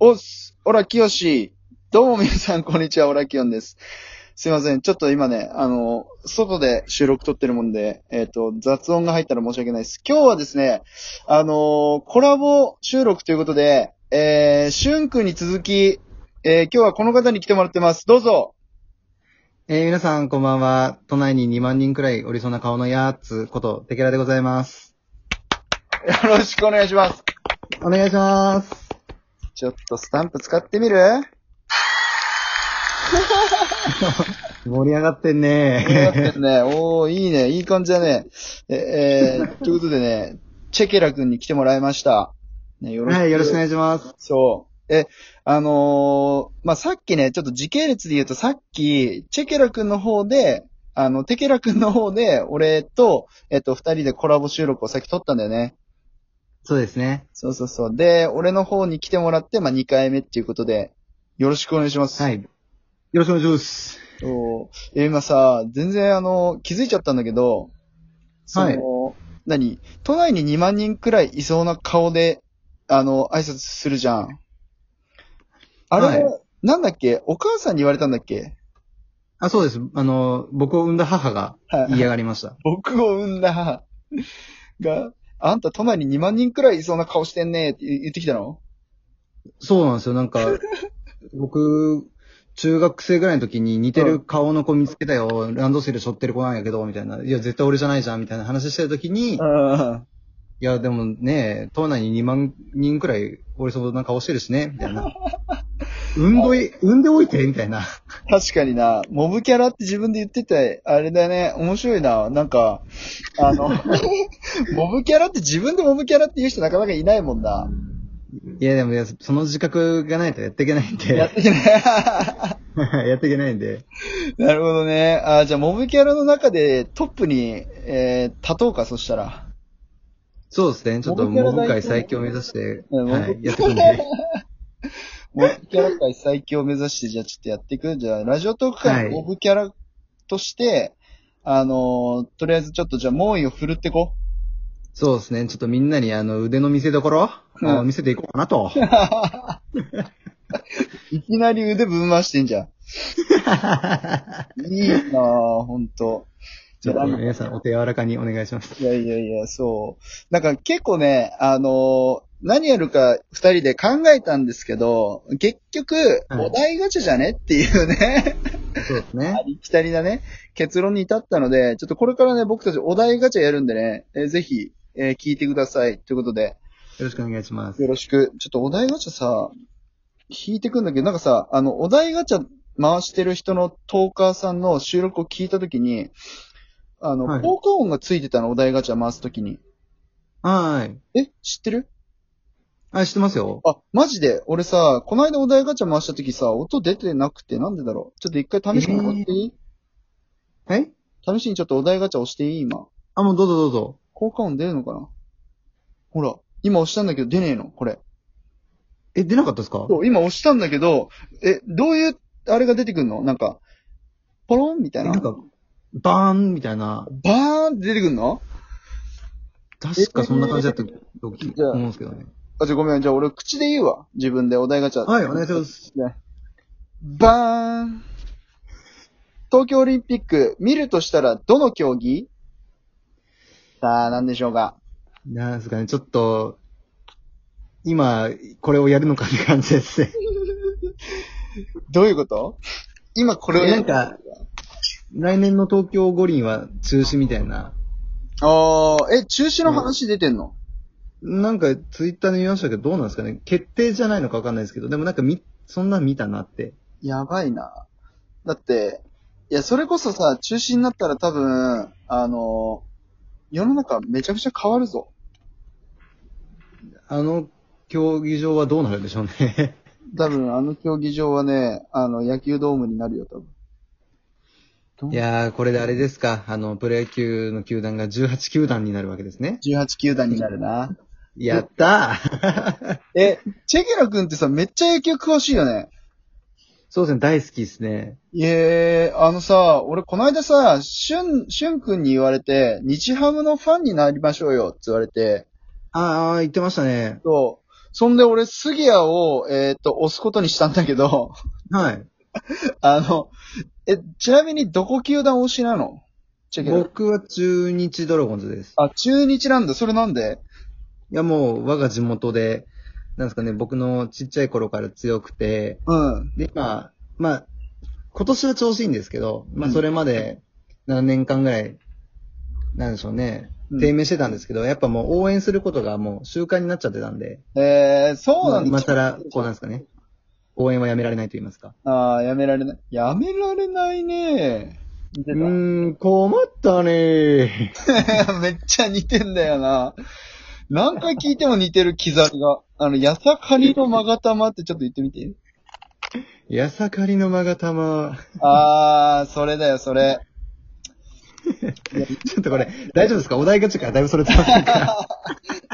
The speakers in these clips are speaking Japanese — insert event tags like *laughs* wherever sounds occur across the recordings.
おっす、オラキヨシ。どうも皆さん、こんにちは、オラキヨンです。すいません、ちょっと今ね、あの、外で収録撮ってるもんで、えっ、と、雑音が入ったら申し訳ないです。今日はですね、あのーコラボ収録ということで、えー、シュンくんに続き、えー、今日はこの方に来てもらってます。どうぞ。えー皆さんこんばんは。都内に2万人くらいおりそうな顔のやつこと、テケラでございます。よろしくお願いします。お願いします。ちょっとスタンプ使ってみる盛り上がってんなっね。てる *laughs* ね。おー、いいね。いい感じだね。え、えーということでね、チェケラ君に来てもらいました。ね、よろしく。はい、よろしくお願いします。そう。え、あのーまあ、さっきね、ちょっと時系列で言うと、さっき、チェケラ君の方で、あの、テケラ君の方で、俺と、えっと、二人でコラボ収録をさっき撮ったんだよね。そうですね。そうそうそう。で、俺の方に来てもらって、まあ、二回目っていうことで、よろしくお願いします。はい。よろしくお願いします。そう。え、今さ、全然あの、気づいちゃったんだけど、その、はい何都内に2万人くらいいそうな顔で、あの、挨拶するじゃん。あれ、はなんだっけお母さんに言われたんだっけあ、そうです。あの、僕を産んだ母がはい言い上がりました。僕を産んだ母が、あんた都内に2万人くらいいそうな顔してんねって言ってきたのそうなんですよ。なんか、 *laughs* 僕、中学生ぐらいの時に似てる顔の子見つけたよ。ランドセル背負ってる子なんやけど、みたいな。いや、絶対俺じゃないじゃん、みたいな話してる時ん。に、いや、でもね、島内に2万人くらい、俺その顔してるしね、みたいな。運動い、運でおいて、みたいな。確かにな、モブキャラって自分で言ってて、あれだね、面白いな。なんか、あ *laughs* の、モブキャラって自分でモブキャラって言う人なかなかいないもんな。いや、でもいや、その自覚がないとやっていけないんで。やってきない。 *laughs* やっていけないんで。 *laughs* なるほどね。あじゃあ、モブキャラの中でトップに、えー、立とうか、そしたら。そうですね、ちょっとモモブブキャラ代表界最強を目指して、うんモブはい、やっていくんで。モブキャラ界最強を目指して、じゃあちょっとやっていく。じゃあ、ラジオトーク界のはいモブキャラとして、あのーとりあえずちょっとじゃあ、猛威を振るってこう。そうですね、ちょっとみんなにあの、腕の見せ所、あのうん見せていこうか *laughs* なと。いきなり腕ぶん回してんじ *laughs* ゃん。いいなぁ、ほんと。ちょっと皆さんお手柔らかにお願いします。いやいやいや、そう。なんか結構ね、あのー何やるか二人で考えたんですけど、結局、はいお題ガチャじゃねっていうね、そうですねあ。りきたりなね、結論に至ったので、ちょっとこれからね、僕たちお題ガチャやるんでね、えーぜひ、えー聞いてください。ということで、よろしくお願いします。よろしく。ちょっとお題ガチャさ、引いてくんだけど、なんかさ、あの、お題ガチャ回してる人のトーカーさんの収録を聞いたときに、あの、はい効果音がついてたの、お題ガチャ回すときに。はい。え、知ってるあ、知ってますよ。あ、マジで俺さ、この間お題ガチャ回したときさ、音出てなくてなんでだろうちょっと一回試しに押していい、はい試しにちょっとお題ガチャ押していい今。あ、もうどうぞどうぞ。効果音出るのかなほら、今押したんだけど出ねえのこれ。え、出なかったですかそう、今押したんだけど、え、どういう、あれが出てくるのなんか、ポロンみたいな。なんか、バーンみたいな、バーンって出てくるの確かそんな感じだったと思じゃあうんですけどね。あ、じゃあごめん、じゃあ俺口で言うわ。自分でお題ガチャ。はい、お願いします。バーン東京オリンピック、見るとしたらどの競技さあ、なんでしょうか。なんですかね、ちょっと、今、これをやるのかって感じですね。どういうこと今これをやなるん、か、来年の東京五輪は中止みたいな。あー、え、中止の話出てんの、なんか、ツイッターで見ましたけど、どうなんですかね。決定じゃないのかわかんないですけど、でもなんかみ、そんなん見たなって。やばいな。だって、いや、それこそさ、中止になったら多分、あの、世の中めちゃくちゃ変わるぞ。あの、競技場はどうなるんでしょうね。多分、あの競技場はね、あの、野球ドームになるよ、多分。 *laughs* いやー、これであれですか。あの、プロ野球の球団が18球団になるわけですね。 18球団になるな。 *laughs* やったー *laughs* え、チェケラ君ってさ、めっちゃ野球詳しいよね。そうですね、大好きですね。いえー、あのさ、俺この間さ、シュン、シュン君に言われて、日ハムのファンになりましょうよって言われて、あーあー、言ってましたね。そう。そんで俺、杉谷を、えーっと、押すことにしたんだけど、はい。あの、え、ちなみにどこ球団推しなのチェケラ。僕は中日ドラゴンズです。あ、中日なんだ。それなんでいや、もう、我が地元で、なんですかね、僕のちっちゃい頃から強くて、うん。で、今、まあ、今年は調子いいんですけど、まうあ、んそれまで7年間ぐらい、なんでしょうね、うん低迷してたんですけど、やっぱもう応援することがもう習慣になっちゃってたんで、えー、そうなんだ。今更、こうなんですかね、応援はやめられないと言いますか。ああ、やめられない。やめられないね。似てうたーん、困ったねー。 *laughs* めっちゃ似てんだよな。何回聞いても似てる刻みが。あの、やさかりのまがたまってちょっと言ってみて。やさかりのまがたま。 *laughs* あー、それだよ、それ。ちょっとこれ、大丈夫ですかお題ガチャからだいぶそれてませんか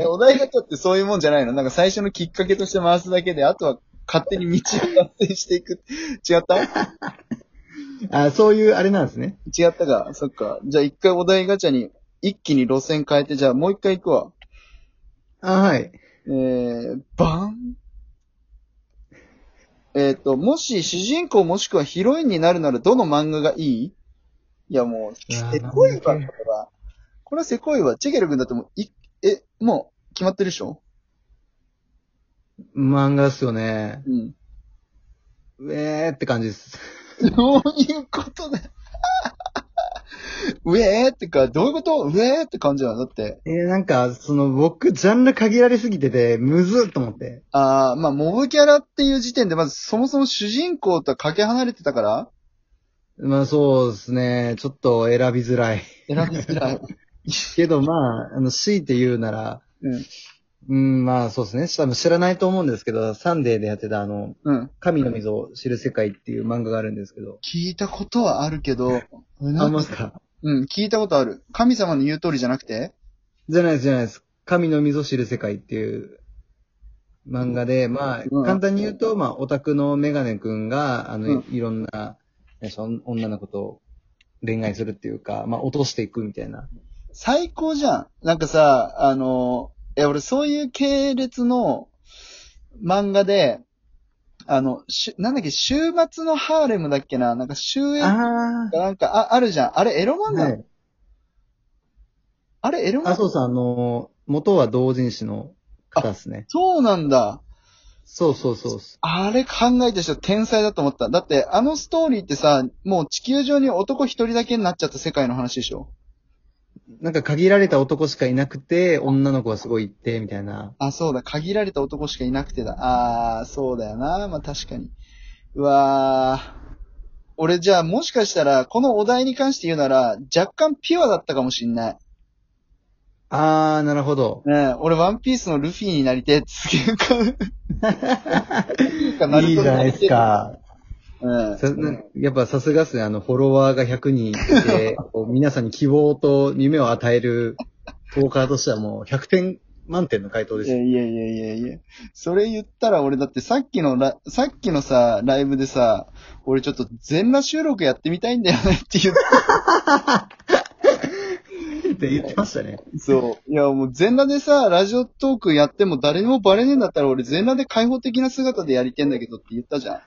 えお題ガチャってそういうもんじゃないのなんか最初のきっかけとして回すだけで、あとは勝手に道を達成していく。違った *laughs* あ、そういうあれなんですね。違ったか。そっか。じゃあ一回お題ガチャに、一気に路線変えて、じゃあもう一回行くわ。あ、はい。えー、バンえっ、と、もし主人公もしくはヒロインになるならどの漫画がいいいやもう、いやーせこいわ、漫こ画れ系は。これはせこいわ。チェゲル君だってもう、い、え、もう、決まってるでしょ漫画っすよね。うん。うえーって感じです。 *laughs* どういうことだ *laughs* うえーってか、どういうことうえーって感じなのだって。えー、なんか、その、僕、ジャンル限られすぎてて、むずっと思って。あー、まあ、モブキャラっていう時点で、まずそもそも主人公とはかけ離れてたから、まあ、そうですね。ちょっと選びづらい。 *laughs* 選びづらい。けど、まあ、あの、強いて言うなら、うん。うん、まあ、そうですね。多分知らないと思うんですけど、サンデーでやってた、あの、うん。神の溝を知る世界っていう漫画があるんですけど。聞いたことはあるけど、ありますかうん、聞いたことある。神様の言う通りじゃなくてじゃないです、じゃないです。神の溝知る世界っていう漫画で、まうんあ、簡単に言うと、まあ、オタクのメガネくんが、あの、うんいろんな、ねその女の子と恋愛するっていうか、まあ、落としていくみたいな。最高じゃん。なんかさ、あの、え、俺そういう系列の漫画で、あの、しゅなんだっけ、週末のハーレムだっけななんか終焉かあなんか、あ、あるじゃん。あれエロ漫画、はい。あれエロ漫画あ、そうさん、あの、元は同人誌の方ですね。そうなんだ。そうそうそうそあれ考えた人天才だと思った。だって、あのストーリーってさ、もう地球上に男一人だけになっちゃった世界の話でしょう。なんか限られた男しかいなくて、女の子がすごいって、みたいな。あ、そうだ。限られた男しかいなくてだ。あー、そうだよな。まあ確かに。うわー。俺じゃあもしかしたら、このお題に関して言うなら、若干ピュアだったかもしんない。あー、なるほど。ねえ、俺ワンピースのルフィになりてえってすげえか。 *laughs* いいじゃないです。か。うん。さなやっぱさすがっすね、あの、フォロワーが100人 *laughs* いて、こう皆さんに希望と夢を与えるトーカーとしてはもう100点満点の回答でいやす。いやいやいやいや。それ言ったら俺だってさっきのラ、さっきのさ、ライブでさ、俺ちょっと全裸収録やってみたいんだよねって言ってって言ってましたね。そう。いや、もう全裸でさ、ラジオトークやっても誰にもバレねえんだったら俺全裸で開放的な姿でやりてんだけどって言ったじゃん。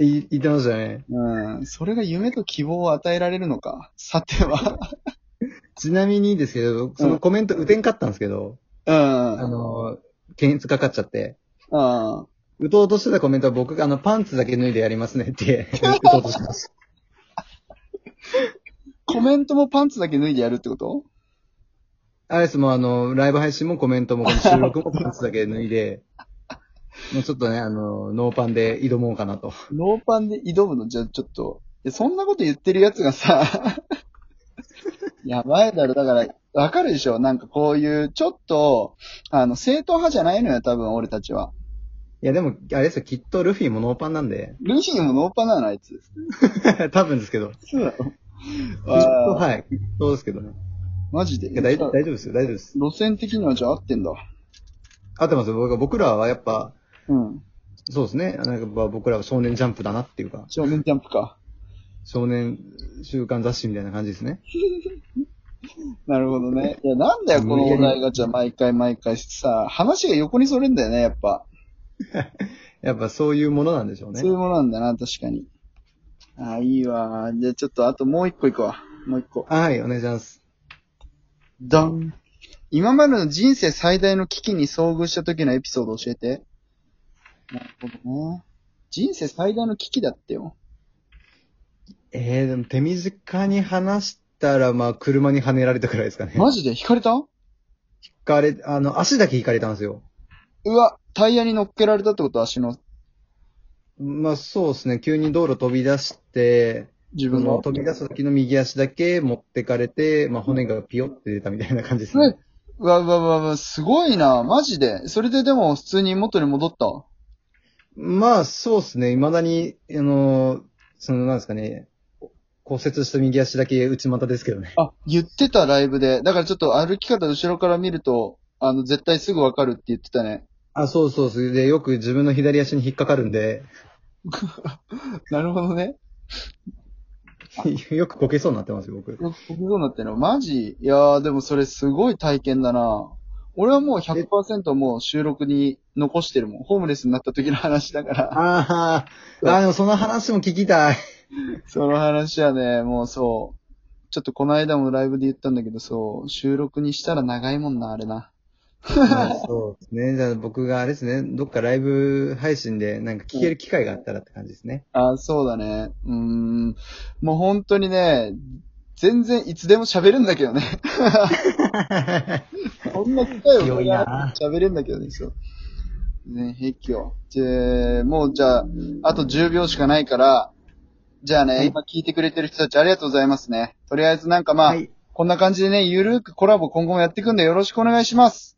い言ってましたね。うん。それが夢と希望を与えられるのか。さては。ちなみにですけど、そのコメント打てんかったんですけど、うん。あの、検閲かかっちゃって、うん。打とうとしてたコメントは僕があの、パンツだけ脱いでやりますねって打とうとし *laughs* ました。コメントもパンツだけ脱いでやるってことアレスもあの、ライブ配信もコメントもこの収録もパンツだけ脱いで、もうちょっとね、あの、ノーパンで挑もうかなと。ノーパンで挑むのじゃ、ちょっと。えそんなこと言ってるやつがさ、やばいだろ。だから、わかるでしょなんかこういう、ちょっと、あの、正統派じゃないのよ、多分、俺たちは。、いや、でも、あれですよ、きっとルフィもノーパンなんで *laughs* ルフィもノーパンなの、あいつ。多分ですけど。きっそうだろと、はい。そうですけどね。マジでいや大大丈夫ですよ、大丈夫です。路線的にはじゃあ合ってんだ。合ってますよ。僕僕らはやっぱ、うん。そうですね。なんかまあ僕らは少年ジャンプだなっていうか、少年ジャンプか。少年週刊雑誌みたいな感じですね。なるほどね。いや、なんだよ、このお題ガチャ、毎回毎回さ、話が横にそれんだよね、やっぱ。やっぱそういうものなんでしょうねそうい。うものなんだな、確かに。ああ、いいわ。じゃあちょっと、あともう一個いくわ。もう一個。はい、お願いします。ダン。今までの人生最大の危機に遭遇した時のエピソード教えて。なるほどね。人生最大の危機だってよ。えー、でも手短に話したら、まあ、車にはねられたくらいですかね。マジで引かれたひかれ、あの、足だけ引かれたんですよ。うわ、タイヤに乗っけられたってこと足の、まあ、そうですね。急に道路飛び出して、自そ分のの。飛び出す時の右足だけ持ってかれて、まあ、骨がピヨって出たみたいな感じですうわね。うわうわうわうわ、すごいな、マジで。それででも普通に元に戻った。まあ、そうですね。未だに、あの、その、なんですかね、骨折した右足だけ内股ですけどね。 *laughs* あ、言ってたライブで。だからちょっと歩き方後ろから見ると、あの、絶対すぐわかるって言ってたね。あ、そうそうそう。で、よく自分の左足に引っかかるんで、 *laughs* なるほどね。よくこけそうになってますよ、僕。僕、僕どうなってんのマジいやー、でもそれすごい体験だな。俺はもう100%もう収録に残してるもん。ホームレスになった時の話だ *laughs* から。ああ、あでもその話も聞きたい。その話はね、もうそう。ちょっとこの間もライブで言ったんだけど、そう、収録にしたら長いもんな、あれな。まあそうですね。じ *laughs* ゃあ僕があれですね、どっかライブ配信でなんか聞ける機会があったらって感じですね。あ、そうだね。うーん。もう本当にね、全然いつでも喋るんだけどね。こんな機会を強いな喋るんだけどね、そう。ね、平気よ。じゃあもうじゃあ、あと10秒しかないから、じゃあね、はい今聞いてくれてる人たちありがとうございますね。とりあえずなんかまあ、はいこんな感じでね、ゆるーくコラボ今後もやっていくんでよろしくお願いします。